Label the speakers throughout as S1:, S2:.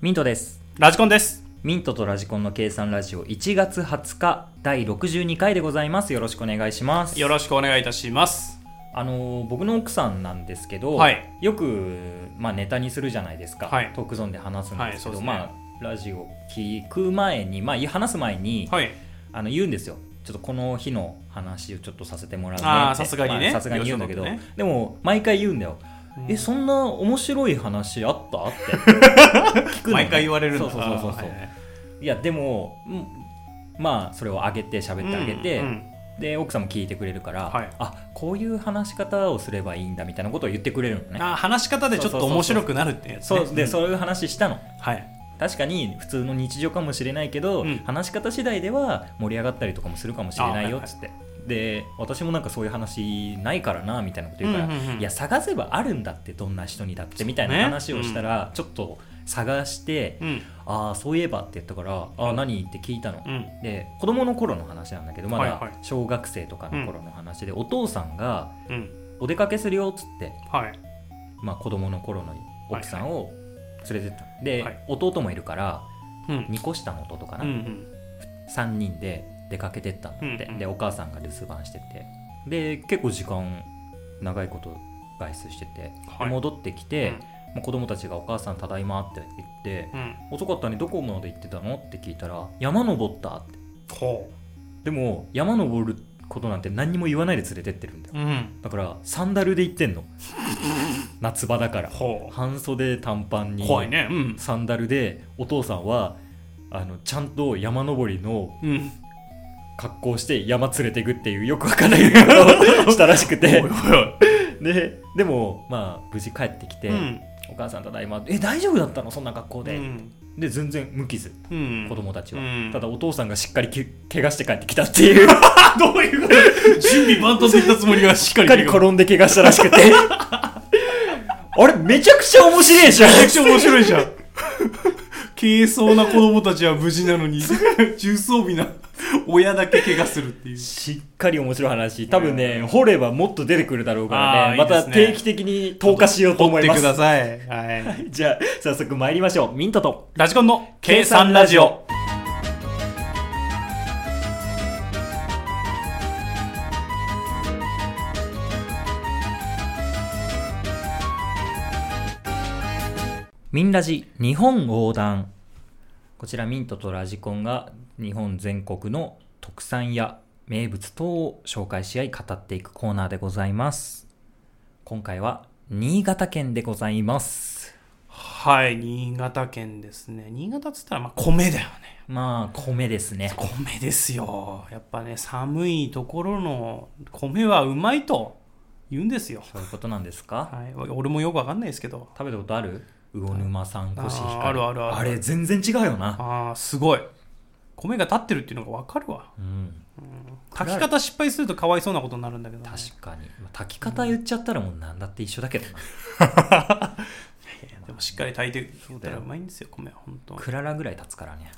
S1: ミントです。
S2: ラジコンです。
S1: ミントとラジコンの計算ラジオ1月20日第62回でございます。よろしくお願いします。
S2: よろしくお願いいたします。
S1: あのー僕の奥さんなんですけど、
S2: はい
S1: よく、まあ、ネタにするじゃないですか、
S2: はい
S1: トークゾーンで話すんですけど、
S2: はいそうですね
S1: まあ、ラジオ聞く前に、まあ、話す前に、
S2: はい。
S1: あの言うんですよちょっとこの日の話をちょっとさせてもらうねって
S2: あーさすがに
S1: ま
S2: ね
S1: あさすがに言うんだけど、
S2: よし
S1: でも毎回言うんだよ、
S2: うん
S1: えそんな面白い話あったって 聞くのね
S2: 毎回言われるんだ
S1: そうそうそうそう、
S2: あーはいはい
S1: い、やでも、うんまあそれをあげて喋ってあげて、
S2: うんうん
S1: で奥さんも聞いてくれるから、
S2: はい
S1: あこういう話し方をすればいいんだみたいなことを言ってくれるのね
S2: あー話し方でちょっと面白くなるってやつ、ね。
S1: そうで、
S2: ん
S1: そういう話したの
S2: はい。
S1: 確かに普通の日常かもしれないけど、
S2: うん
S1: 話し方次第では盛り上がったりとかもするかもしれないよ
S2: あ
S1: っつって、で私もなんかそういう話ないからなみたいなこと言うから、
S2: うんうんうん
S1: いや探せばあるんだってどんな人にだってみたいな話をしたら、ちょっと探して、
S2: うん。
S1: ああそういえばって言ったから「ああ何?」って聞いたの。
S2: うん。
S1: で子供の頃の話なんだけどま
S2: はいは
S1: だ
S2: い
S1: 小学生とかの頃の話で、お父さんが
S2: うん。
S1: 「お出かけするよ」っつって、
S2: はい。
S1: まあ、子供の頃の奥さんを連れてった、で、
S2: はい
S1: 弟もいるから
S2: うん。
S1: 2個下の弟か
S2: う
S1: な、
S2: んうん。
S1: 3人で出かけてったんだって、
S2: うんうん
S1: でお母さんが留守番しててで結構時間長いこと外出してて、で
S2: はい
S1: 戻ってきて、まあ子供たちが「お母さんただいま」って言って
S2: うん。うん。
S1: 「遅かったねどこまで行ってたの?」って聞いたら「山登った」って
S2: ほ
S1: でも山登ることなんて何にも言わないで連れてってるんだよ
S2: う。うん。
S1: だからサンダルで行 ってんの夏場だから
S2: ほ
S1: 半袖短パン
S2: う。
S1: に
S2: 怖いね。うん。
S1: サンダルでお父さんはあのちゃんと山登りの
S2: うん。
S1: 格好して山連れていくっていうよくわかん ないことをしたらしく
S2: おいお
S1: て
S2: いお
S1: ででもまあ無事帰ってきて、
S2: い。うん。
S1: お母さんただいまえ大丈夫だったのそんな格好で、
S2: うん
S1: で全然無傷
S2: うん。
S1: 子供たちは、
S2: うん
S1: ただお父さんがしっかりけ怪我して帰ってきたっていうし
S2: あ、 どういうこと 準備万端でいったつもりがしっか
S1: っ
S2: り
S1: かり転んで怪我したらしくて あれめちゃくちゃ面白いじゃん
S2: めちゃくちゃ面白いじゃん。軽装な子供たちは無事なのに、重装備な親だけ怪我するっていう。
S1: しっかり面白い話多分ね、掘ればもっと出てくるだろうから
S2: あ
S1: ね
S2: ー
S1: また
S2: いいですね
S1: 定期的に投下しようと思います
S2: さい。はい。
S1: じゃあ早速参りましょうミントと
S2: ラジコンの計算ラジオ。
S1: ミンラジ日本横断こちらミントとラジコンが日本全国の特産や名物等を紹介し合い語っていくコーナーでございます今回は新潟県でございます
S2: はい、新潟県ですね。新潟っつったら、まあ、米だよね。
S1: まあ米ですね
S2: 米ですよ。やっぱね、寒いところの米はうまいと言うんですよ。
S1: そういうことなんですか
S2: はい。俺もよくわかんないですけど。
S1: 食べたことある魚沼産コシヒカリ
S2: あーあるあるある
S1: あれ全然違うよな、
S2: ああ、すごい。米が立ってるっていうのがわかるわ。
S1: うん、
S2: 炊き方失敗するとかわいそうなことになるんだけどね、
S1: 確かにまあ炊き方言っちゃったらもう何だって一緒だけどな、
S2: でもしっかり炊いてくれたらうまいんですよ、米は。本当に。
S1: クララぐらい経つからね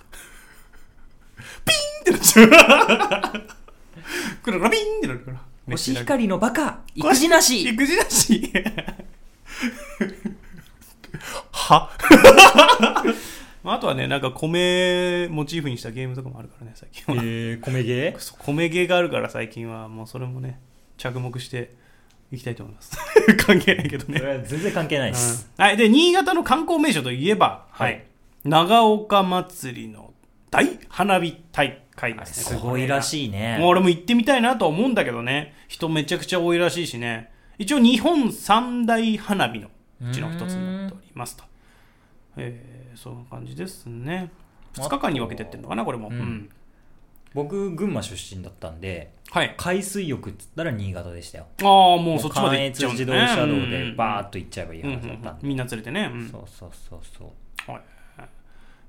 S2: くるらびんってなるから。
S1: コシヒ
S2: り
S1: カリのバカ育児なし
S2: 育児だし。はまあ、あとはね、なんか米モチーフにしたゲームとかもあるからね、最近は。
S1: えー、米芸
S2: そう 米ゲーがあるから最近は、もうそれもね、着目していきたいと思います。関係ないけどね
S1: そ。れは全然関係ないです、
S2: はい、で新潟の観光名所といえば、
S1: はい
S2: 長岡祭りの大花火大会
S1: あ
S2: で
S1: れ
S2: す
S1: す
S2: ね。
S1: ごいらしい
S2: これ
S1: ね
S2: がもう俺も行ってみたいなとは思うんだけどね、人めちゃくちゃ多いらしいしね、一応、日本三大花火のうちの一つになっておりますと。えー、そんな感じですね。2日間に分けてってんのかな、これも。
S1: うん
S2: うん
S1: 僕群馬出身だったんで
S2: はい。
S1: 海水浴っつったら新潟でしたよ
S2: ああ、もうそっちまで
S1: 関
S2: 行っち
S1: 越
S2: ゃうん
S1: 自
S2: だ
S1: 動
S2: ね。
S1: 車道でバー
S2: ッ
S1: ッと行っちゃえばいい
S2: うんう
S1: 話だっ
S2: ん
S1: たんで、
S2: みんな連れてね。うん
S1: そうそうそうそう、
S2: はい、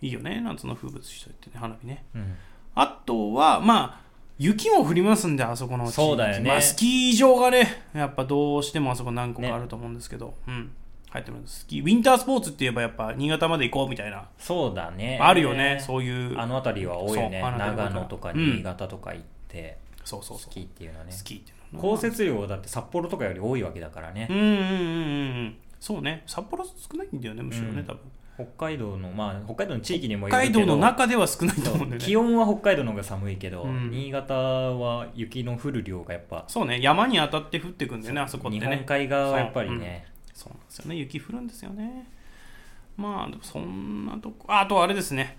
S2: いいよね夏の風物詩といってね花火ね
S1: うん、
S2: あとはまあ雪も降りますんであそこの地域
S1: そうだよね
S2: まあ、スキー場がねやっぱどうしてもあそこ何個かあると思うんですけど、うん入ってるんですスキーウィンタースポーツって言えばやっぱ新潟まで行こうみたいな、
S1: そうだね
S2: あるよねそういう
S1: あの辺りは多いよね
S2: そうあの辺り
S1: 長野とか新潟とか行って、
S2: そうそうそ
S1: ス
S2: う
S1: キーっていうのはね
S2: スキーっていうの
S1: 降雪量はだって札幌とかより多いわけだからね
S2: うんうんうんうんそうね札幌少ないんだよねむしろね、
S1: うん
S2: 多分
S1: 北海道のまあ北海道の地域にも
S2: 北
S1: よる
S2: 海
S1: けど
S2: 道の中では少ないと
S1: そう
S2: 思うんで
S1: 気
S2: ね
S1: 温は北海道の方が寒いけど、
S2: うん
S1: 新潟は雪の降る量がやっぱ
S2: そうね山に当たって降ってくんでねあそこって
S1: 日
S2: ね
S1: 本海側はやっぱりね
S2: そうなんですよね雪降るんですよねまあでもそんなとこああとあれですね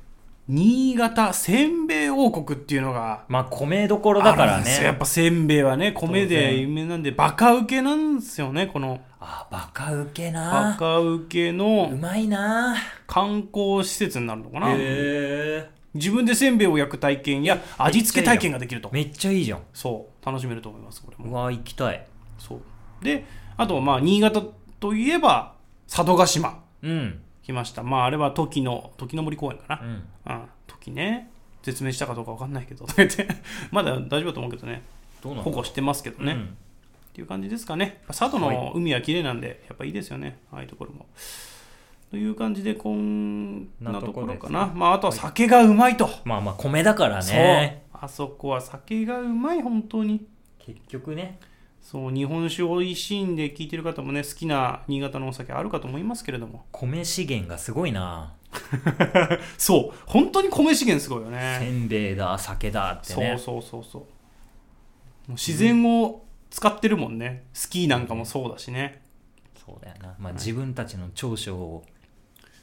S2: 新潟せんべい王国っていうのが
S1: まあ米どころだか
S2: ある
S1: ら
S2: んですよやっ
S1: ね
S2: ぱせんべいはね米
S1: 当
S2: で
S1: 然
S2: 有名なんでバカウケなんですよねこの
S1: あバカウケ
S2: バ
S1: な
S2: カウケ
S1: う
S2: の
S1: まいな
S2: 観光施設になるのかな、
S1: へえ
S2: 自分でせんべいを焼く体験や味付け体験ができると
S1: めっちゃいいじゃん
S2: そう楽しめると思いますこれ
S1: う
S2: も
S1: わ行きたい
S2: そうであとはまあ新潟といえば佐渡島
S1: うん
S2: 来ましたまああれは時の時の森公園かな、
S1: うん
S2: うん、時ね、絶命したかどうか分かんないけど、 とか言ってまだ大丈夫だと思うけどね、
S1: どうなん
S2: 保
S1: だろ
S2: 護してますけど
S1: う
S2: ね、
S1: う
S2: っ
S1: ん
S2: ていう感じですかね、佐渡の海は綺麗なんで、やっぱいいですよね、ああいうところも。という感じで、こんなとこ
S1: な
S2: ろかな、
S1: とこですね
S2: まあ、あとは酒がうまいと、
S1: まあまあ米だから
S2: そう
S1: ね、
S2: あそこは酒がうまい、本当に。
S1: 結局ね
S2: そう日本酒おいしいんで聞いてる方もね好きな新潟のお酒あるかと思いますけれど も
S1: 米資源がすごいな
S2: そう本当に米資源すごいよね
S1: せんべいだ酒だってね
S2: そうそうそうそうもう自然を使ってるもんね、スキーなんかもそうだしね
S1: そうだよな、まあ、自分たちの長所を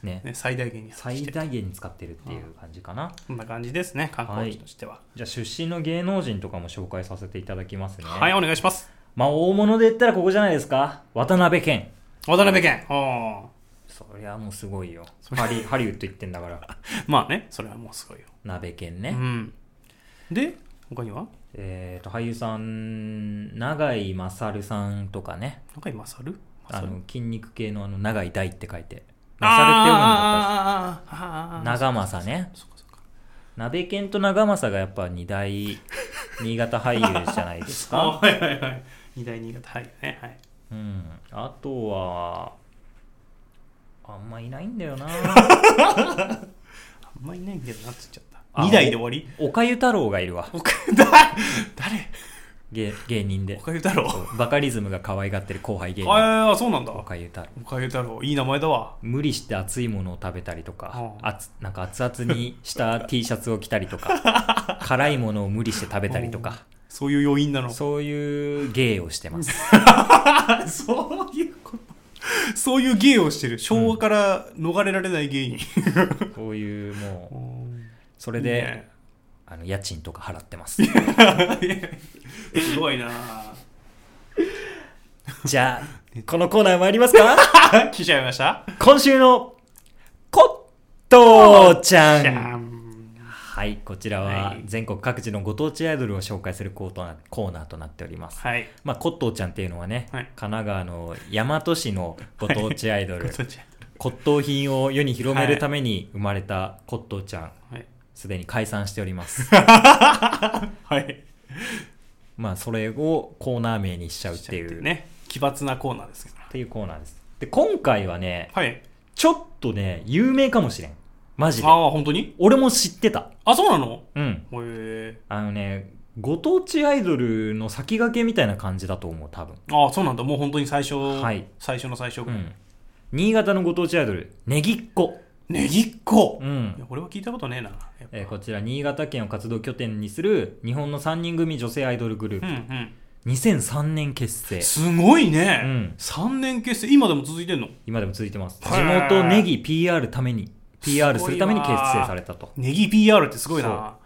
S1: ね
S2: ね最大限に発揮し
S1: 最
S2: て
S1: 大限に使ってるっていう感じかな、
S2: こんな感じですね観光地としては
S1: じゃあ出身の芸能人とかも紹介させていただきますね
S2: はい、お願いします
S1: まあ大物で言ったらここじゃないですか渡辺謙
S2: 渡辺謙あ
S1: そりゃもうすごいよハリハリウッド行ってんだから
S2: ーまあねそれはもうすごいよ、
S1: 鍋謙
S2: う
S1: ね、
S2: ん、で他には
S1: えっ、と俳優さん永井勝さんとかね
S2: 中井勝る
S1: あの筋肉系のあの永井大って書いて勝って読むんだった
S2: あーあーあーあーあーあー
S1: 長政ね
S2: そっかそっか
S1: 鍋犬と長政がやっぱ二大新潟俳優じゃないです
S2: あ
S1: か、
S2: はいはいはい二大新潟はいねはい
S1: うん、あとはあんまいないんだよな
S2: あんまいないけどなっつっちゃった
S1: あ
S2: 二大で終わり
S1: おかゆ太郎がいるわ
S2: おかゆだ誰
S1: 芸芸人で
S2: おかゆ太郎
S1: バカリズムが可愛がってる後輩芸人
S2: ああそうなんだ
S1: おかゆ太郎
S2: おかゆ太郎いい名前だわ
S1: 無理して熱いものを食べたりとか
S2: うん
S1: 熱なんか熱々にした T シャツを着たりとか辛いものを無理して食べたりとか
S2: そういう要因なのそ
S1: そういう芸をしてます
S2: ういうことそういう芸をしてる昭和から逃れられない芸人、
S1: そういうもうそ
S2: こ
S1: れであの家賃とか払ってます
S2: すごいな
S1: じゃあこのコーナー参りますか
S2: 来ちゃいました
S1: 今週のコットーちゃんはい、こちら
S2: は
S1: はい全国各地のご当地アイドルを紹介するコーナーコーナーとなっております。
S2: はい
S1: まあ、コットーちゃんっていうのはね、
S2: はい
S1: 神奈川の大和市のご当地アイ ドル、
S2: ことちゃ
S1: 骨董品を世に広めるために生まれたコットーちゃん、
S2: んはい
S1: すでに解散しております。
S2: はい
S1: まあ、それをコーナー名にしちゃうっていう、
S2: ね奇抜なコーナーですけど
S1: っていうコーナーです。で、今回はね、
S2: はい
S1: ちょっとね、有名かもしれん。マジで。
S2: ああ本当に
S1: 俺も知ってた。
S2: あそうなの
S1: うん。
S2: へえ
S1: あのね、ご当地アイドルの先駆けみたいな感じだと思う、多分。
S2: ああそうなんだもう本当に最初、
S1: はい
S2: 最初の最初、
S1: うん、新潟のご当地アイドルねぎっこ、
S2: ネギっ子、
S1: う
S2: いや
S1: ん
S2: 俺は聞いたことねえなやっぱ
S1: えーこちら新潟県を活動拠点にする日本の3人組女性アイドルグルー
S2: う
S1: プ、
S2: んうん
S1: 2003年結成
S2: すごいね、
S1: うん
S2: 3年結成今でも続いてんの
S1: 今でも続いてます
S2: へ
S1: 地
S2: ー
S1: 元ネギ PR ために PR
S2: す
S1: す
S2: ごい
S1: るた
S2: わ
S1: めに結成されたと
S2: ネギ PR ってすごいな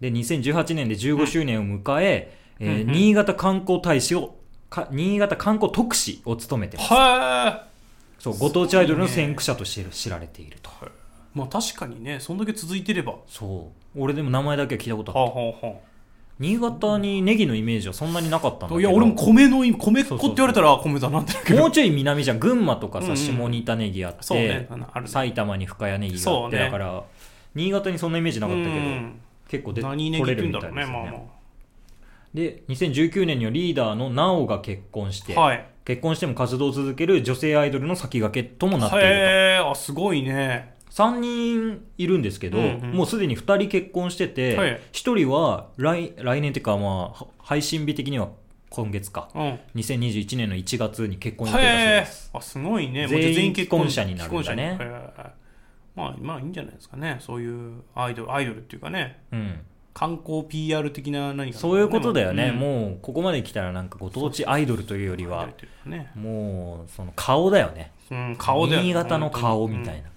S1: で2018年で15周年を迎え、
S2: うん
S1: えー
S2: うんうん
S1: 新潟観光大使をか新潟観光特使を務めてます
S2: は
S1: そうご当地アイドルの先駆者として知られていると
S2: いまあ確かにねそんだけ続いてればは
S1: そう俺でも名前だけは聞いたことあ
S2: あ
S1: る
S2: はあは
S1: 新潟にネギのイメージはそんなになかったんだけ
S2: あ
S1: ど
S2: いや俺も米の意味米っ子
S1: そう
S2: っ
S1: そう
S2: て言われたら米だなってだけど
S1: もうちょい南じゃん群馬とかさ、
S2: うんうん
S1: 下仁田ネギあって
S2: そうねあのあるね
S1: 埼玉に深谷ネギがあって、
S2: そうね
S1: だから新潟にそんなイメージなかったけど、
S2: うん
S1: 結構で
S2: 何ネギ
S1: 取
S2: って
S1: れ
S2: 言う
S1: る
S2: ん
S1: み
S2: だろ
S1: たい
S2: うね
S1: ですよね
S2: まあま
S1: で2019年にはリーダーのなおが結婚して、
S2: あはい
S1: 結婚しても活動を続ける女性アイドルの先駆けともなっている
S2: へえあすごいね
S1: と3人いるんですけど、
S2: うんうん
S1: もうすでに2人結婚してて、
S2: はい
S1: 1人は来来年っていうかまあ配信日的には今月か
S2: うんへ
S1: 2021年の1月に結婚予定だそうで
S2: え
S1: す
S2: あすごいね
S1: 全員
S2: もうじゃあ
S1: 既婚者になるんだね
S2: 既婚者にへえまあ、まあいいんじゃないですかね。そういうアイドル、アイドルっていうかね、
S1: うん、
S2: 観光 PR 的な何か、
S1: そういうことだよね、
S2: うん
S1: もうここまで来たらなんかご当地アイドルというより
S2: アイド
S1: は
S2: ルっていうかね。
S1: もうその顔だよね
S2: うん、顔で。
S1: 新潟の顔みた
S2: ない
S1: な、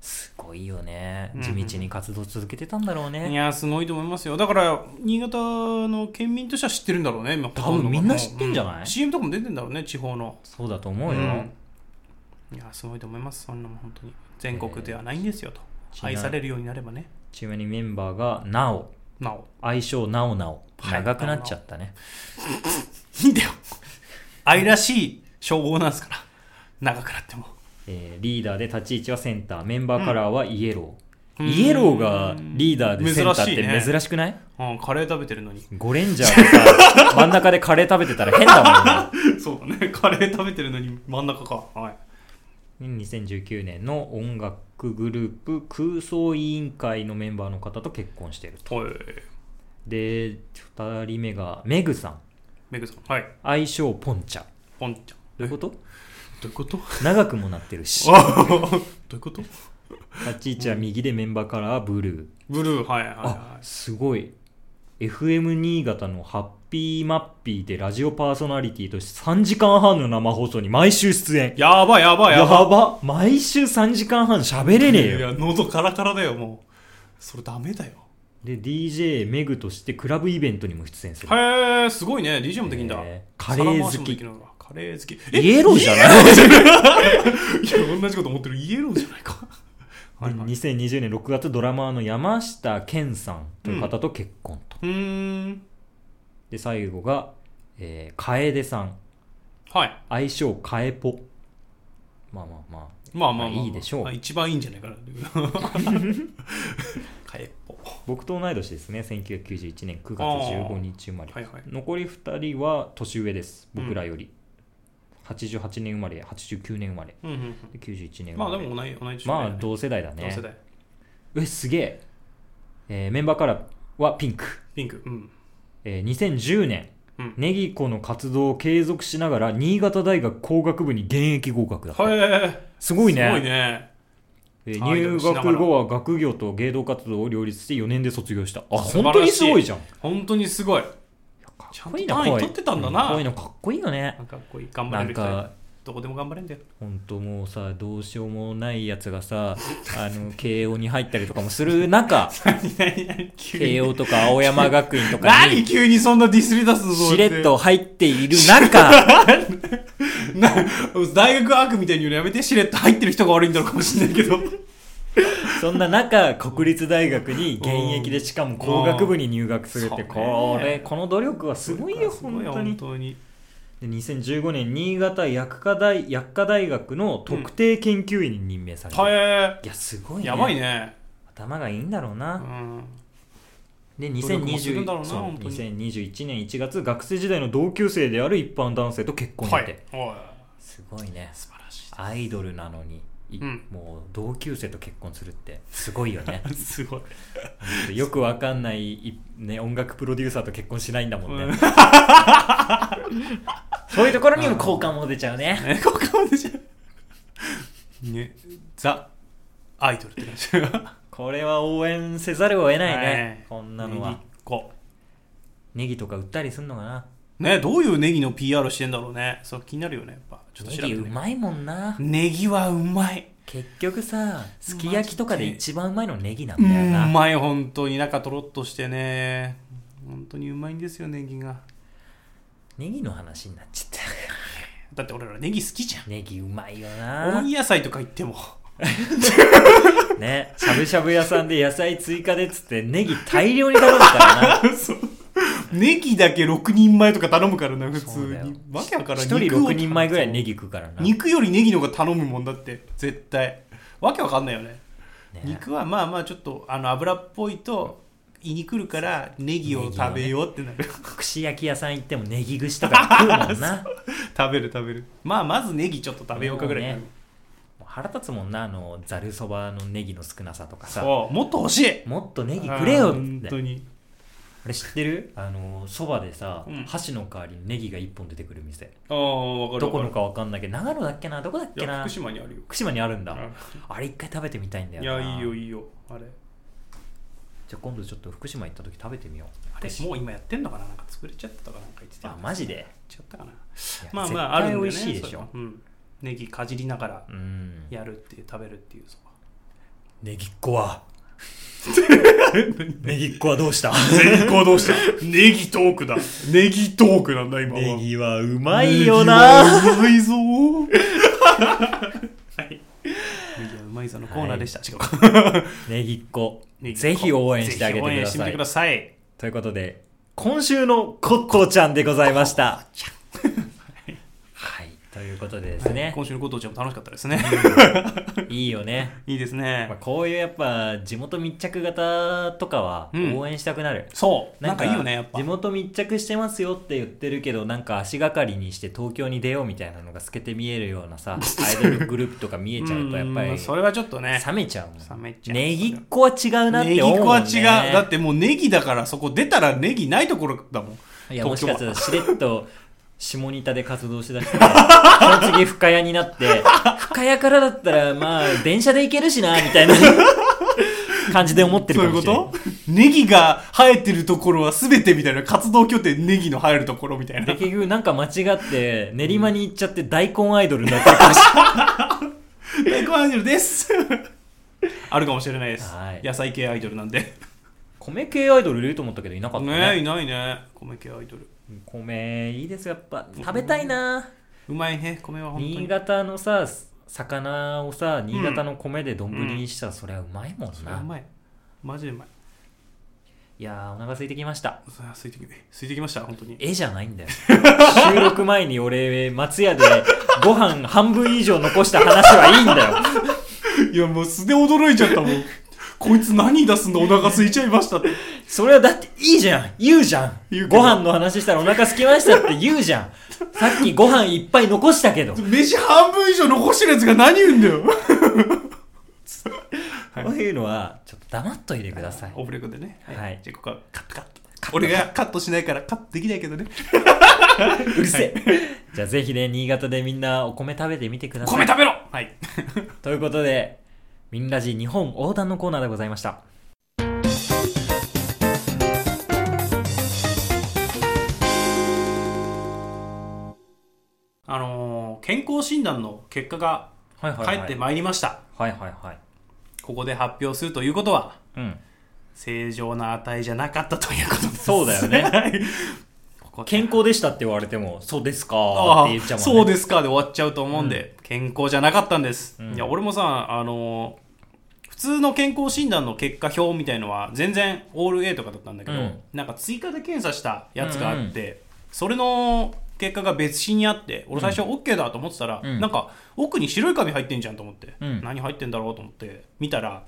S1: すごいよね
S2: うん
S1: 地道に活動続けてたんだろうね、
S2: いやーすごいと思いますよだから新潟の県民としては知ってるんだろうね今
S1: 多分みんな知ってんじゃない
S2: うん CM とかも出てんだろうね地方の
S1: そうだと思うよ、
S2: うんいやーすごいと思いますそんなもん本当に全国ではないんですよと、
S1: えー
S2: 愛されるようになればね
S1: ちなみにメンバーがなお
S2: なお
S1: 愛称なおなお
S2: はい
S1: 長くなっちゃったね、
S2: いいんだよ 愛らしい称号なんですから長くなっても
S1: えーリーダーで立ち位置はセンターメンバーカラーはイエロー、
S2: うん
S1: イエローがリーダーでセンターっ
S2: 珍しい
S1: て
S2: ね
S1: 珍しくない
S2: うんカレー食べて るのに
S1: ゴレンジャーがさ真ん中でカレー食べてたら変 だ
S2: そうだねカレー食べてるのに真ん中かはい
S1: もんね2019年の音楽グループ空想委員会のメンバーの方と結婚してる
S2: はい
S1: で2人目がメグさん
S2: メグさんはい
S1: 愛称ポンチャど
S2: ポンちゃ
S1: う
S2: ん
S1: いう こと
S2: どういうこと
S1: 長くもなってるし
S2: どういうこと
S1: 立ち位置は右でメンバーカラーはブルー、
S2: ブルーはいはいは
S1: あすごい FM 新潟のハッピーマッピーでラジオパーソナリティとして3時間半の生放送に毎週出演
S2: いやばいやばい
S1: や
S2: やばい
S1: ば毎週3時間半喋れねえ
S2: い
S1: よ
S2: や喉カラカラだよもうそれダメだよ
S1: で DJ メグとしてクラブイベントにも出演する、
S2: へえすごいね DJ もできんだ、
S1: へーカレー好き
S2: 皿回しもできるのかカレー好き
S1: イエローじゃない
S2: いや同じこと思ってるイエローじゃない かはいはい
S1: 2020年6月ドラマーの山下健さんという方と結婚と、
S2: うーん
S1: で最後が、えー、楓さん
S2: はい
S1: 愛称カエポまあまあまあ
S2: まあまあ、まあ、
S1: いいでしょう
S2: まあ一番いいんじゃないかな カレーっぽ
S1: 僕と同い年ですね1991年9月
S2: あー
S1: 15日生まれ、
S2: はいはい
S1: 残り2人は年上です僕らより、88年生まれ89年生まれ
S2: うんうん
S1: で91
S2: う
S1: 年
S2: ん
S1: 生
S2: ま
S1: ま
S2: あ
S1: れ
S2: でも同い同い年
S1: まあ
S2: だよね
S1: 同世代だ
S2: 同
S1: ね
S2: 世代
S1: えすげええーメンバーカラーはピンク、
S2: ピンクうん
S1: えー2010年、
S2: うん
S1: ネギ子の活動を継続しながら新潟大学工学部に現役合格だった、
S2: へえ
S1: すごい
S2: す
S1: ね
S2: ごいね
S1: えー
S2: アイド
S1: 入
S2: ルしながら
S1: 学後は学業と芸能活動を両立して4年で卒業したあ
S2: 素晴ら
S1: 本当に
S2: しい
S1: すごいじゃん
S2: 本当にすごい
S1: か
S2: ちゃ
S1: っ
S2: ん
S1: こといいな
S2: 単位取ってたんだな、
S1: こういうのかっこいいよね
S2: なんかかっこいい頑張
S1: な
S2: れ
S1: ん
S2: る人だよ
S1: か
S2: どこでも頑張れんだよ
S1: 本当もうさどうしようもないやつがさ あの慶応に入ったりとかもする 中慶
S2: 急に
S1: 応とか青山学院とか
S2: 何
S1: に
S2: 急にそんなディスり出すぞ
S1: しれっと入っている中
S2: な 大学悪みたいに言うのやめてしれっと入ってる人が悪いんだろうかもしれないけど
S1: そんな中国立大学に現役でしかも工学部に入学するって
S2: うん
S1: こ
S2: そうね
S1: れこの努力はすごいよ
S2: すご
S1: 本
S2: いよ
S1: 当に
S2: 本当に
S1: で2015年新潟薬科大薬科大学の特定研究員に任命された、い
S2: 大
S1: やすごい
S2: 変
S1: ね
S2: やばいね
S1: 頭がいいんだろう
S2: う
S1: な、
S2: ん
S1: で
S2: 努力もするんだろ
S1: 2020
S2: うな
S1: そう
S2: 本当に
S1: 2021年1月学生時代の同級生である一般男性と結婚して、
S2: はいおい
S1: すごいね
S2: 素晴らし
S1: アイドルなのに、い
S2: うん
S1: もう同級生と結婚するってすごいよ ね
S2: いすごい
S1: よくわかんないい、ね、音楽プロデューサーと結婚しないんだもんね、
S2: うん
S1: そういうところにも好感も出ちゃうね
S2: ねここまでじゃねザアイドルって感じ
S1: これは応援せざるを得ないね、
S2: はい
S1: こんなのは
S2: こ
S1: ネギとか売ったりすんのかな
S2: うねどういうネギの PR してんだろうねそう気になるよねやっぱちょっと
S1: ネ
S2: 調べ
S1: ギ
S2: て
S1: う
S2: ね
S1: まいもんな
S2: ネギはうまい
S1: 結局さすき焼きとかで一番うまいのネギなん
S2: う
S1: だよな、
S2: んうまい本当に中とろっとしてね本当にうまいんですよネギが
S1: ネギの話になっちゃっ
S2: だって俺らネギ好きじゃ
S1: たネギうまいよ
S2: ん
S1: な
S2: 温野菜とか言っても
S1: ねしゃぶしゃぶ屋さんで野菜追加でっつってネギ大量に頼む からな
S2: そうネギだけ6人前とか頼むからな普通
S1: そうだよ
S2: にわけわからん
S1: 一人
S2: 肉を
S1: 6人前ぐらいネギ食うからな、ね、
S2: 肉よりネギの方が頼むもんだって絶対わけわかんないよね肉はまあまあちょっとあの油っぽいと胃にくるからネギを食べようってなる、
S1: 串焼き屋さん行ってもネギ串とか食うもん な
S2: 食べる食べるまあまずネギちょっと食べようかぐらいになる
S1: ももう腹立つもんなあのざるそばのネギの少なさとかさ
S2: そうもっと欲しい
S1: もっとネギくれよ
S2: あー本
S1: っ
S2: 当
S1: て
S2: に
S1: あれ知ってるあのそばでさ、
S2: うん
S1: 箸の代わりにネギが1本出てくる店
S2: ああわかる
S1: どこの
S2: わか
S1: か分かんないけど長野だっけなどこだっ
S2: る
S1: け
S2: い
S1: な
S2: や福
S1: 福島
S2: 島にあるよ
S1: にあるんだ
S2: あ
S1: あれ一回食べてみたいんだ
S2: い
S1: よ
S2: や
S1: ない
S2: いよいいよあれ
S1: じゃあ今度ちょっと福島行った時食べてみよう
S2: あれもう今やってんのかななんか作れちゃったとかなんか言ってた
S1: あマジでい
S2: 違ったかな
S1: や
S2: まあまああるん
S1: 絶
S2: だ
S1: 対美
S2: よ
S1: 味し
S2: ね
S1: いで
S2: そ
S1: し
S2: れは
S1: ょ
S2: うんネギかじりながら
S1: うん
S2: やるっていう食べるっていうそば
S1: ネギっ子 はネギっ子はどうした
S2: ネギ行動したネギトークだネギトークなんだ今は
S1: ネギはう
S2: う
S1: まいよな
S2: うまいぞ ーはいネギはうまいぞのコーナーでした、違うか
S1: ネギっ子
S2: ネギ
S1: ぜひ応援してあげて
S2: ぜひ応
S1: く
S2: 援
S1: だ
S2: してみ
S1: さ
S2: て
S1: い
S2: ください
S1: ということで今週のコッコーちゃんでございましたはいということでですね、
S2: 今週のご当地も楽しかったですね
S1: いいよね、
S2: いいです
S1: まあ
S2: ね
S1: こういうやっぱ地元密着型とかは
S2: うん
S1: 応援したくなる、
S2: そう なんかいいよねやっぱ
S1: 地元密着してますよって言ってるけどなんか足がかりにして東京に出ようみたいなのが透けて見えるような さアイドルグループとか見えちゃうとやっぱ
S2: う
S1: り
S2: んそれはちょっとね
S1: 冷めちゃうもん
S2: 冷めちゃう
S1: ネギっ子は違うなっ
S2: ネギ
S1: て
S2: 粉
S1: 思うも
S2: は
S1: ん、ね、
S2: 違うだってもうネギだからそこ出たらネギないところだもん
S1: いやも
S2: 東
S1: し
S2: 京
S1: か
S2: は
S1: したらしれっと下仁田で活動し だして、その次深谷になって、深谷からだったらまあ電車で行けるしな、みた いな感じで思ってる
S2: そ
S1: か
S2: うい
S1: も
S2: うこ
S1: しれない。
S2: とネギが生えてるところは全てみたいな活動拠点ネギの生えるところみたいな
S1: で 結局なんか間違って練馬に行っちゃって大根アイドルになってるかもしれない。
S2: 大根アイドルです あるかもしれないです、
S1: はい
S2: 野菜系アイドルなんで
S1: 米系アイドルいると思ったけどいなかったね。
S2: ねいないね米系アイドル
S1: 米いいですよ、やっぱ。食べたいな
S2: うまいね米は本当に
S1: 新潟のさ、魚をさ、新潟の米で丼にしたらそりゃうまいもん
S2: それ
S1: な。
S2: うまいマジでうまい
S1: いやーお腹空いてきました。
S2: さあついてきついてきました本当に
S1: 絵じゃないんだよ収録前に俺松屋でご飯半分以上残した話はいいんだよ
S2: いやもう素で驚いちゃったもん こいつ何出すんだお腹空いちゃいましたって
S1: それはだっていいじゃん言うじゃ
S2: 言うんけど
S1: ご飯の話したらお腹空きましたって言うじゃん さっきご飯いっぱい残したけど、
S2: 飯半分以上残してるやつが何言うんだよはい
S1: こういうのはちょっと黙っといてください
S2: オフレコでね
S1: はい
S2: じゃあここはカットカット俺がカットしないからカットできないけどね
S1: うるせえ、じゃあぜひね新潟でみんなお米食べてみてくださ
S2: 米
S1: い
S2: 食べろはい
S1: ということでみんラジ日本横断のコーナーでございました
S2: あのー健康診断の結果が
S1: はいはい
S2: 帰
S1: はい
S2: ってまいりました、
S1: はいはいはい
S2: ここで発表するということは
S1: うん
S2: 正常な値じゃなかったということです
S1: そうだよね
S2: はいここ
S1: 健康でしたって言われても、そうですかー
S2: あ
S1: っ
S2: あ
S1: て言っちゃうもんね。
S2: そうですかで終わっちゃうと思うんで、健康じゃなかったんです、
S1: うん
S2: いや俺もさあのー普通の健康診断の結果表みたいのは全然オール A とかだったんだけど、
S1: うん
S2: なんか追加で検査したやつがあって、それの結果が別紙にあって俺最初 OK だと思ってたら、
S1: うん
S2: なんか奥に白い紙入ってんじゃんと思って、
S1: うん
S2: 何入ってんだろうと思って見たら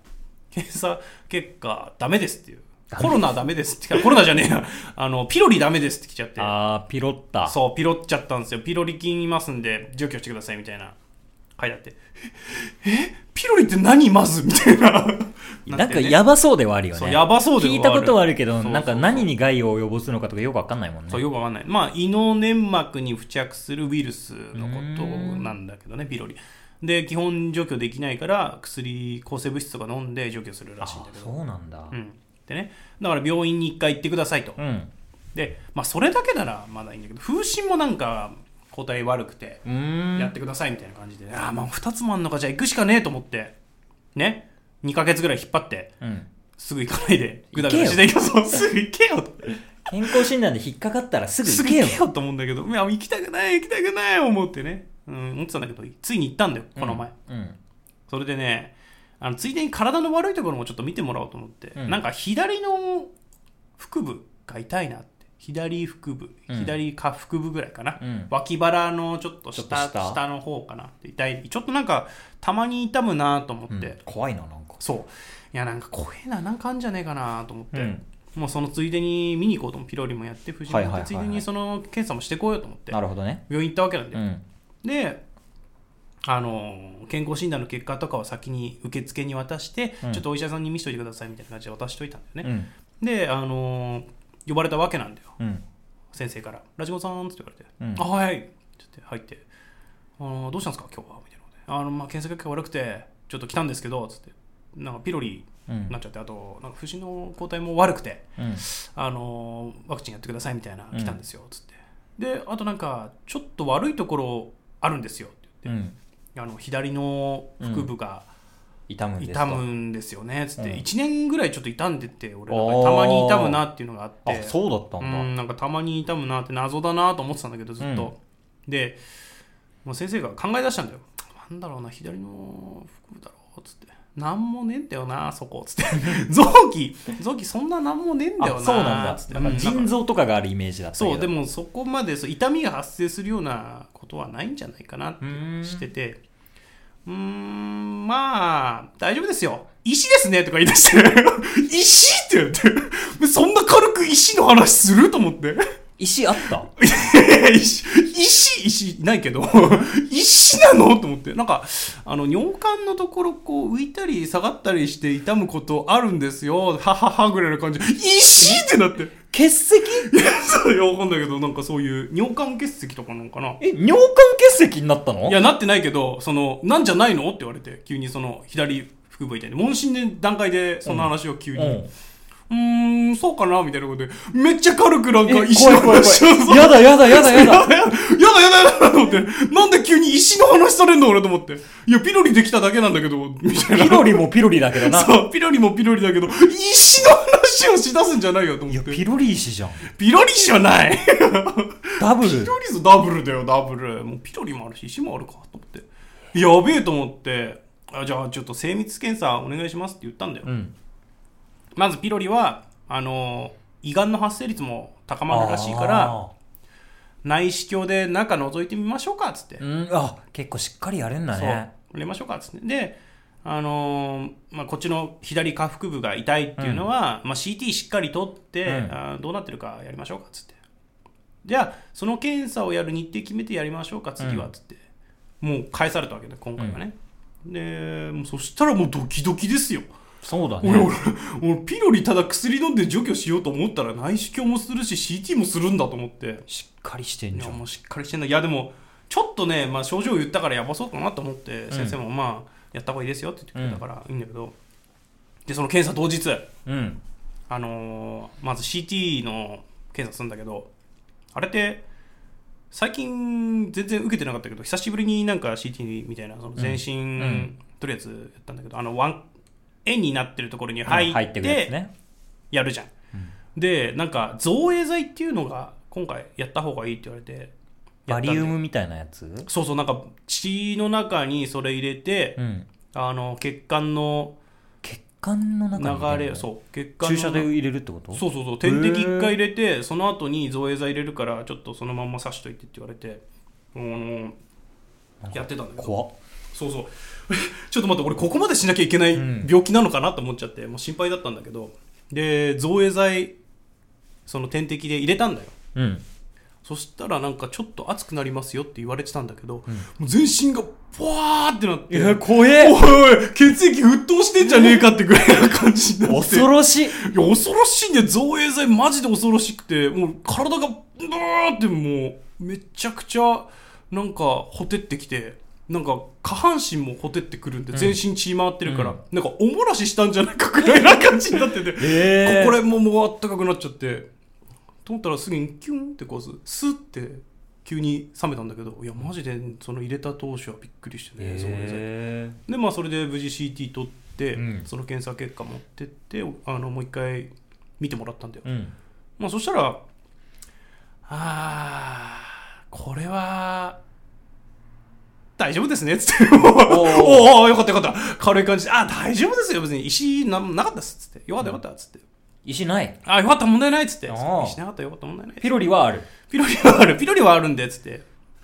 S2: 検査結果ダメですっていう
S1: ダメです
S2: コロナダメですってコロナじゃねえやあのピロリダメですって来ちゃって
S1: あー、ピロッタ。
S2: そう、ピロっちゃったんですよ。ピロリ菌いますんで、除去してください、みたいな。書いてあって。ええピロリって何まずみたいな。
S1: なんか
S2: や、
S1: やばそうではあるよね。
S2: そうやばそうでは
S1: 聞
S2: ある
S1: いたことはあるけ
S2: そ
S1: ど、
S2: うそうそう
S1: なんか何に害を及ぼすのかとかよくわかんないもんね。
S2: そう、よくわかんない。まあ、胃の粘膜に付着するウイルスのことなんだけどね、ピロリ。で、基本除去できないから、薬、抗生物質とか飲んで除去するらしいん
S1: あ
S2: だけ
S1: そ
S2: ど。
S1: うなんだ
S2: う。ん。でね、だから病院に一回行ってくださいと。
S1: うん。
S2: で、まあ、それだけならまだいいんだけど、風疹もなんか、答え悪くて。
S1: うーん。
S2: やってくださいみたいな感じで、ああもう2つもあんのかじゃあ行くしかねえと思ってね2ヶ月ぐらい引っ張って
S1: うん。
S2: すぐ行かないでぐだぐ
S1: 行け
S2: だ
S1: よ
S2: してい けそうすぐ行けよ
S1: 健康診断で引っかかったらすぐ行
S2: すぐ
S1: けよ
S2: 行。けよと思うんだけどいや行きたくない行きたくない思ってね、うん、思ってたんだけどついに行ったんだよこの前、
S1: うん。
S2: それでねあのついでに体の悪いところもちょっと見てもらおうと思って、
S1: うん
S2: なんか左の腹部が痛いなって左腹部、
S1: うん
S2: 左下腹部ぐらいかな、
S1: うん
S2: 脇腹のちょっと下
S1: ちょっと下
S2: 下の方かなって痛いちょっとなんかたまに痛むなと思って、
S1: うん怖いな、なんか。
S2: そういやなんか怖えななんかあんじゃねえかなと思って、
S1: うん
S2: もうそのついでに見に行こうともピロリもやって藤もやって、
S1: はいはいはいはい
S2: ついでにその検査もしてこようと思って
S1: なるほどね。
S2: 病院行ったわけなんだよ
S1: うん。
S2: であの健康診断の結果とかを先に受付に渡して、
S1: うん
S2: ちょっとお医者さんに見せといてくださいみたいな感じで渡しといたんだよ
S1: う
S2: ね、
S1: ん。
S2: であの呼ばれたわけなんだよ
S1: うん
S2: 先生から「ラジゴさん」って言われて「
S1: うん
S2: あはい」って言って入って「あのどうしたんですか今日は」みたいなのであの、まあ、検査結果悪くてちょっと来たんですけど」つってなんかピロリ
S1: うん
S2: になっちゃってあとなんか不審の抗体も悪くて
S1: うん
S2: あのワクチンやってくださいみたいな
S1: うん
S2: 来たんですよつって、であとなんかちょっと悪いところあるんですよって
S1: う
S2: 言って、
S1: ん
S2: あの左の腹部が
S1: 痛むんですか
S2: 痛むんですよねつって、
S1: うん
S2: 1年ぐらいちょっと痛んでて俺
S1: あー
S2: なんかたまに痛むなっていうのがあって
S1: あそうだった
S2: うん
S1: だ
S2: んなんかたまに痛むなって謎だなと思ってたんだけどずっと、でもう先生が考え出したんだよなんだろうな左の腹部だろうつってなんもねえんだよなそこつって 臓器臓器そんななんもねえんだよ
S1: あ
S2: な
S1: そうなんだ
S2: つって
S1: なんか腎臓とかがあるイメージだったけど
S2: そうでもそこまでそう痛みが発生するようなことはないんじゃないかなって
S1: うーん
S2: しててうーんまあ大丈夫ですよ石ですねとか言い出して 石って言ってそんな軽く石の話すると思って
S1: 石あ った
S2: 石石石いないけど 石なのと思ってなんかあの尿管のところこう浮いたり下がったりして痛むことあるんですよはははぐらいの感じ石ってなって
S1: 血石
S2: そういやわかんないけどなんかそういう尿管結石とかなんかな
S1: え尿管結石になったの
S2: いや、なってないけど、その、なんじゃないのって言われて、急にその、左腹部痛いで、問診の段階で、その話を急に、
S1: う
S2: うんーん、そうかなみたいなことで、めっちゃ軽くなん
S1: え
S2: か石
S1: 怖
S2: の
S1: い怖い
S2: 話を
S1: 怖いやだやだやだや だ
S2: やだやだやだやだと思って、なんで急に石の話されんの俺と思って。いや、ピロリできただけなんだけど、みたいな。
S1: ピロリもピロリだけどな
S2: そう、ピロリもピロリだけど、石の話をしだすんじゃないよと
S1: い
S2: 思っ
S1: や
S2: て。
S1: ピロリ石じゃん
S2: ピロリじゃない
S1: ダブ
S2: ピ
S1: ル
S2: ロリズダブルだよダブルもうピロリもあるし石もあるかと思ってやべえと思ってあじゃあちょっと精密検査お願いしますって言ったんだよ、
S1: うん
S2: まずピロリはあの胃がんの発生率も高まるらしいから
S1: あ
S2: 内視鏡で中覗いてみましょうかっつって、
S1: ーうんあ結構しっかりやれんだ
S2: そう
S1: ね
S2: 入れましょうかっつってであのーまあ、こっちの左下腹部が痛いっていうのは、まあ、CT しっかり取って、
S1: うん
S2: あーどうなってるかやりましょうかっつってじゃあその検査をやる日程決めてやりましょうか次はっつって、もう返されたわけで今回はね、でもうそしたらもうドキドキですよ
S1: そうだ
S2: 俺
S1: ね
S2: 俺俺ピロリただ薬飲んで除去しようと思ったら内視鏡もするし CT もするんだと思って
S1: しっかりしてん
S2: い
S1: じ
S2: や
S1: ゃん
S2: もうしっかりしてんだいやでもちょっとね、まあ、症状言ったからやばそうかなと思って、先生もまあやった方がいいですよって言ってくれたからいいんだけど、でその検査当日
S1: うん
S2: あのーまず CT の検査するんだけどあれって最近全然受けてなかったけど久しぶりになんか CT みたいなその全身、
S1: ん
S2: とりあえずやったんだけどあのワン円になってるところに入
S1: 入
S2: っ
S1: ってくるや
S2: て
S1: つね
S2: やるじゃん、でなんか造影剤っていうのが今回やった方がいいって言われてや
S1: バ
S2: ったん
S1: リ
S2: だよ
S1: ウムみたいなやつ
S2: そうそうなんか血の中にそれ入れて、
S1: うん
S2: あの血管の
S1: 血管の
S2: 流
S1: 中に
S2: れ
S1: う
S2: そう血管の
S1: 注射で入れるってこと
S2: そうそうそう点滴1回入れてその後に造影剤入れるからちょっとそのまんま刺しといてって言われてあのやってたんだけど
S1: 怖っ
S2: そう そうちょっと待って俺ここまでしなきゃいけない
S1: うん
S2: 病気なのかなと思っちゃってもう心配だったんだけどで造影剤その点滴で入れたんだよ
S1: うん
S2: そしたらなんかちょっと熱くなりますよって言われてたんだけど、もう全身がぽわーってなって
S1: 怖え
S2: おいおい、血液沸騰してんじゃねえかってぐらいな感じになって。
S1: 恐ろしい
S2: いや、恐ろしいね。造影剤マジで恐ろしくて、もう体がブーってもう、めちゃくちゃ、なんか、ほてってきて、なんか、下半身もほてってくるんで、全身血回ってるから、
S1: うん
S2: なんか、おもらししたんじゃないかぐらいな感じになって て、
S1: え
S2: これももうあったかくなっちゃってと思ったらすぐにキュンってこうすスッて急に冷めたんだけどいやマジでその入れた当初はびっくりしてね、そうで
S1: え
S2: すでまあそれで無事 CT 取って、
S1: うん
S2: その検査結果持ってってあのもう一回見てもらったんだよ、
S1: うん
S2: まあ、そしたらあーこれは大丈夫ですねっつってお
S1: ー
S2: おおーよかったよかった軽い感じであー大丈夫ですよ別に石なんもなかったっすっつってよかったよかったっつって、
S1: 石ない
S2: あ、よかった、問題ないっつって。
S1: あー
S2: しなかった、よかった、問題ない。
S1: ピロリはある
S2: ピロリはある、ピロリはあるんで、っつって。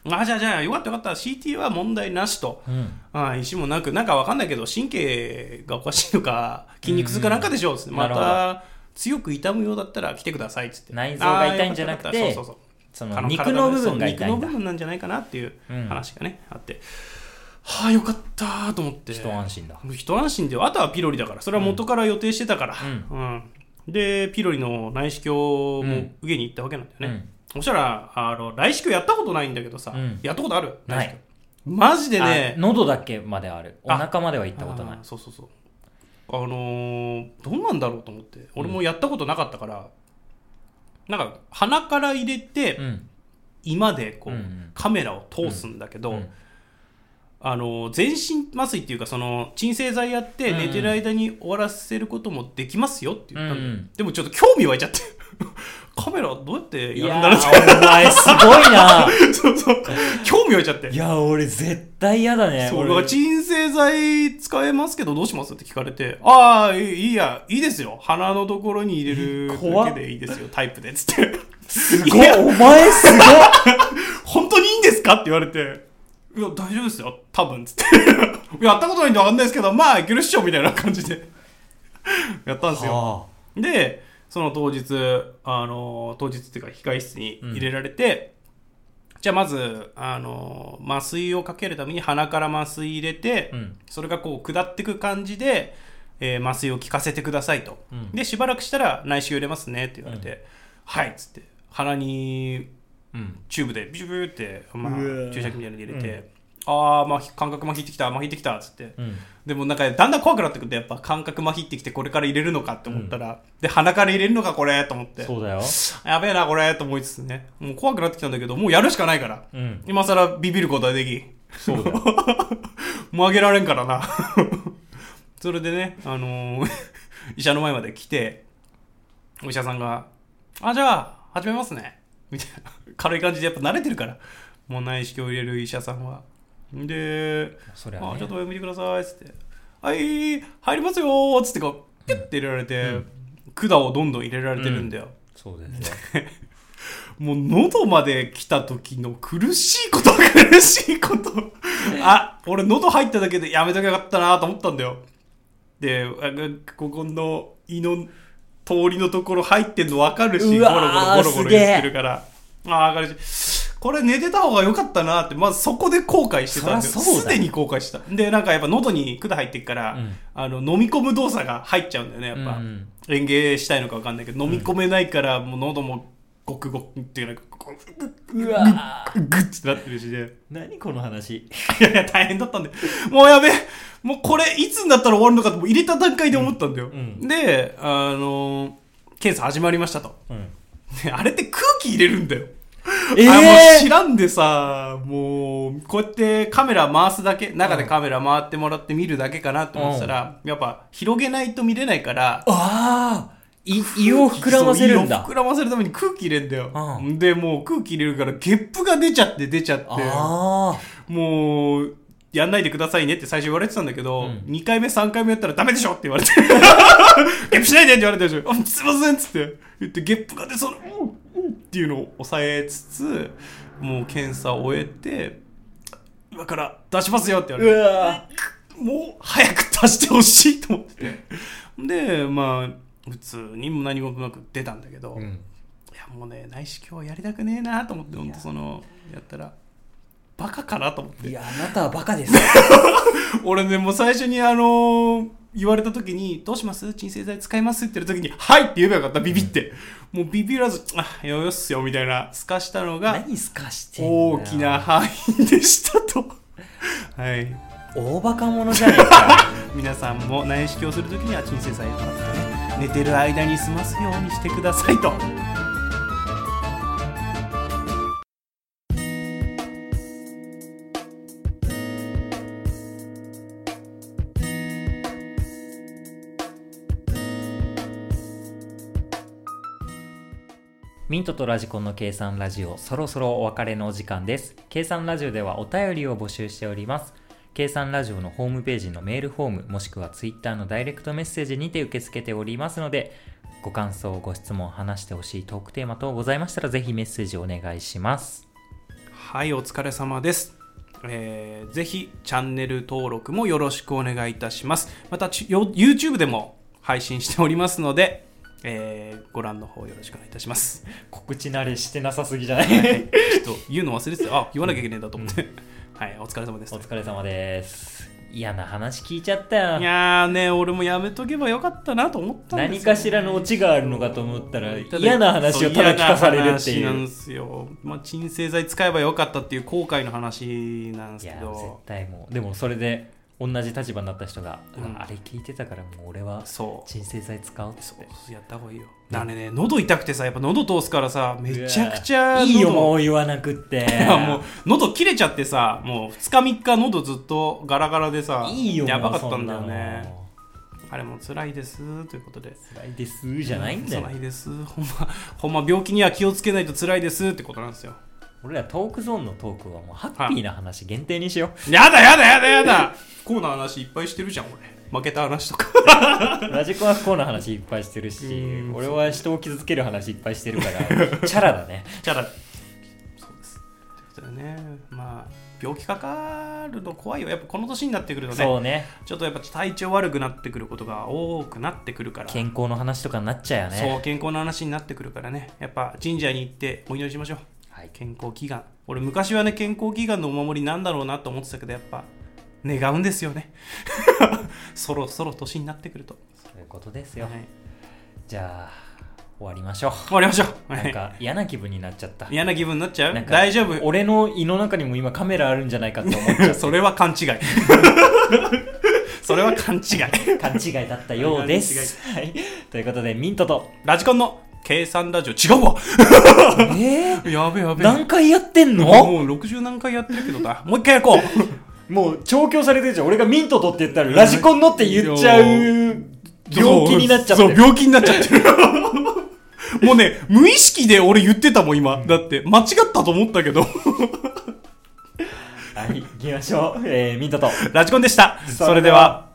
S2: あ、じゃあじゃあ、よかった、よかった、CT は問題なしと。
S1: うん
S2: あ石もなく、なんかわかんないけど、神経がおかしいのか、筋肉痛かなんかでしょ、つって。
S1: うん
S2: ま
S1: な
S2: た、強く痛むようだったら来てください、っつって。
S1: 内臓が痛いんじゃなくて
S2: あーよかったよかったそうそうそう。
S1: そ
S2: あ
S1: の肉の部分が痛い
S2: そう肉
S1: ん
S2: の
S1: だ
S2: 部分なんじゃないかなっていう
S1: うん
S2: 話がね、あって。はあ、よかったと思って。
S1: 一安心だ
S2: もう一安心であとはピロリだからそれは元から予定してたから、
S1: う
S2: うんんでピロリの内視鏡も
S1: うん
S2: 受けに行ったわけなんだよ
S1: う
S2: ね、
S1: ん
S2: そしたらあの内視鏡やったことないんだけどさ、
S1: うん
S2: やったことある
S1: ない
S2: 内視鏡マジで
S1: あ
S2: ね
S1: 喉だけまであるお
S2: あ
S1: 腹までは行ったことない
S2: あーそうそうそうあのーどうなんだろうと思って俺もやったことなかったから、なんか鼻から入れて、
S1: うん
S2: 胃までこう、
S1: うんうん
S2: カメラを通すんだけど、
S1: うん
S2: あの全身麻酔っていうかその鎮静剤やって
S1: うんうん
S2: 寝てる間に終わらせることもできますよって言ったんだよ、
S1: うんうん
S2: でもちょっと興味湧いちゃって カメラどうやって
S1: い
S2: やる
S1: や
S2: んだろうっ
S1: ーお前すごいな
S2: て そうそう興味湧いちゃっ て
S1: いやー俺絶対嫌だね
S2: そうだか
S1: 俺
S2: ら鎮静剤使えますけどどうしますって聞かれてああいいいいやいいですよ鼻のところに入れる
S1: え怖っ
S2: だけでいいですよタイプでつって
S1: す
S2: い
S1: ごい
S2: や
S1: お前すごい
S2: 本当にいいんですかって言われていや大丈夫ですよ多分つって やったことないんでわかんないですけどまあいけるっしょみたいな感じで やったんですよ
S1: は
S2: でその当日あの当日っていうか控室に入れられて、じゃあまずあの麻酔をかけるために鼻から麻酔入れて、
S1: あうん
S2: それがこう下ってく感じで、えー麻酔を効かせてくださいと、
S1: うん
S2: でしばらくしたら内視鏡入れますねって言われて、はいっつって鼻に
S1: うん
S2: チューブでビュービューって、まあ
S1: うわ、
S2: 注射器みたいなの入れて、ああまあ感覚麻痺ってきた麻痺ってきたっつって、
S1: うん
S2: でもなんかだんだん怖くなってくるとやっぱ感覚麻痺ってきてこれから入れるのかって思ったら、で鼻から入れるのかこれと思って
S1: そうだよ
S2: やべえなこれと思いつつねもう怖くなってきたんだけどもうやるしかないから
S1: うん
S2: 今更ビビることはできん
S1: そうだよ
S2: 曲げられんからな それでね、あのー 医者の前まで来てお医者さんが「あじゃあ始めますね」みたいな軽い感じでやっぱ慣れてるからもう内視鏡入れる医者さんはで
S1: そりゃ
S2: あ
S1: ね
S2: ちょっとお読みくださいっつって「はい入りますよ」ーっつってこうキュッて入れられて、管をどんどん入れられてるんだよ、
S1: そうですよ
S2: もう喉まで来た時の苦しいこと苦しいことあ俺喉入っただけでやめときゃよかったなと思ったんだよであここの胃の通りのところ入ってんの分かるしゴ
S1: う
S2: ロ
S1: わ
S2: ゴロ
S1: ー
S2: ゴロゴ
S1: す
S2: ロ
S1: げえ
S2: 言ってるからああ彼氏これ寝てた方が良かったなってまずそこで後悔してたんだよ
S1: そりゃそうだよ
S2: すでに後悔したでなんかやっぱ喉に管入ってっから、
S1: うん
S2: あの飲み込む動作が入っちゃうんだよねやっぱ、
S1: うん
S2: 園芸したいのか分かんないけど飲み込めないからもう喉もゴクゴクっていうかこうグッ
S1: うわー
S2: グッってなってるしね
S1: 何この話
S2: いやいや大変だったんでもうやべえもうこれいつになったら終わるのかってもう入れた段階で思ったんだよ、
S1: うんう
S2: であのー検査始まりましたと
S1: うん
S2: であれって空気入れるんだよ
S1: え
S2: あもう知
S1: え
S2: らんでさ、もう、こうやってカメラ回すだけ、中でカメラ回ってもらって見るだけかなと思ってたら、やっぱ広げないと見れないから、
S1: ああい胃を膨らませるんだ
S2: そう胃を膨らませるために空気入れんだよ。
S1: う
S2: で、もう空気入れるから、ゲップが出ちゃって出ちゃって、
S1: あ
S2: もう、やんないでくださいねって最初言われてたんだけど、
S1: うん
S2: 2回目、3回目やったらダメでしょって 言われて、ゲップしないでって言われたでしょ。あすいませんっつって、言ってゲップが出そうな、うんうんっていうのを抑えつつ、もう検査を終えて、今から出しますよって言わ
S1: あ
S2: れて
S1: う、わ
S2: もう早く出してほしいと思って。で、まあ、普通に何事なく出たんだけど、
S1: ー
S2: いやもうね、内視鏡はやりたくねえなと思って、本当その、やったら、バカかなと思って
S1: い。やあなたはバカです
S2: 俺ね、もう最初にあのー言われた時に、どうします鎮静剤使いますって言った時に、はいって言えばよかった、ビビって。もうビビらず、あ、よよっすよ、みたいな、すかしたのが、
S1: 何すかしてんだよ
S2: 大きな範囲でしたと。 はい。
S1: 大バカ者じゃねえか
S2: 皆さんも内視鏡するときには鎮静剤を払ってね寝てる間に済ますようにしてくださいと
S1: ミントとラジコンの計算ラジオそろそろお別れのお時間です計算ラジオではお便りを募集しております計算ラジオのホームページのメールフォームもしくはツイッターのダイレクトメッセージにて受け付けておりますのでご感想ご質問話してほしいトークテーマ等ございましたらぜひメッセージお願いします
S2: はいお疲れ様ですえー、ぜひチャンネル登録もよろしくお願いいたしますまたちよ YouTube でも配信しておりますので、えー、ご覧の方よろしくお願いいたします
S1: 告知慣れしてなさすぎじゃない
S2: ちょっと言うの忘れてたあ言わなきゃいけないんだと思ってはいお疲れ様です
S1: お疲れ様です嫌な話聞いちゃったよ
S2: いやーね俺もやめとけばよかったなと思ったんですよ、ね、
S1: 何かしらのオチがあるのかと思ったら
S2: ただ
S1: 嫌な話をただ聞かされるってい
S2: そう嫌な話なん
S1: う
S2: ですよ、まあ、鎮静剤使えばよかったっていう後悔の話なん
S1: い
S2: ですけ
S1: や絶
S2: ど
S1: 対もうでもそれで同じ立場になった人が、うわ
S2: うん
S1: あれ聞いてたからもう俺は
S2: そう
S1: 鎮静剤使おうって
S2: そうやった方がいいよだねね喉痛くてさやっぱ喉通すからさめちゃくち
S1: うわ
S2: ゃ
S1: いいよ
S2: 喉
S1: もう言わなくって
S2: いや もう喉切れちゃってさもう2日3日喉ずっとガラガラでさ
S1: いいよもう
S2: やばかったんだよ
S1: そな
S2: ね
S1: の
S2: あれも辛いですということで
S1: 辛いですじゃないんだよ
S2: 辛いですほんま ほんま病気には気をつけないと辛いですってことなんですよ
S1: 俺らトークゾーンのトークはもうハッピーな話限定にしよ
S2: やだやだやだやだ不幸な話いっぱいしてるじゃん俺負けた話とか
S1: うラジコンは不幸な話いっぱいしてるし
S2: うん
S1: 俺は人を傷つける話いっぱいしてるからチャラだ ね
S2: じゃあそうですということでねまあ病気かかるの怖いよやっぱこの年になってくるとね
S1: そうね
S2: ちょっとやっぱ体調悪くなってくることが多くなってくるから
S1: 健康の話とかになっちゃうよね
S2: そう健康の話になってくるからねやっぱ神社に行ってお祈りしましょう
S1: はい、
S2: 健康祈願俺昔はね健康祈願のお守りなんだろうなと思ってたけどやっぱ願うんですよねそろそろ年になってくると、
S1: そういうことです
S2: は
S1: よ
S2: い、
S1: じゃあ終わりましょ
S2: 終わりましょう
S1: うなん
S2: はい
S1: か嫌な気分になっちゃった
S2: 嫌な気分になっちゃう
S1: なんか
S2: 大丈夫
S1: 俺の胃の中にも今カメラあるんじゃないかって思っちゃう
S2: それは勘違いそれは勘違い
S1: 勘違いだったようです、はい、ということでミントと
S2: ラジコンの計算ラジオ違うわ
S1: え
S2: やべや べ
S1: 何回やってんの
S2: もう60何回やってるけどだもう一回やこう
S1: もう調教されてるじゃん俺がミントとって言ったらラジコンのって言っちゃう病気になっちゃって
S2: そう
S1: る
S2: 病気になっちゃってるもうね無意識で俺言ってたもん今、だって間違ったと思ったけど
S1: はい行きましょう、えーミントと
S2: ラジコンでした
S1: それでは
S2: それでは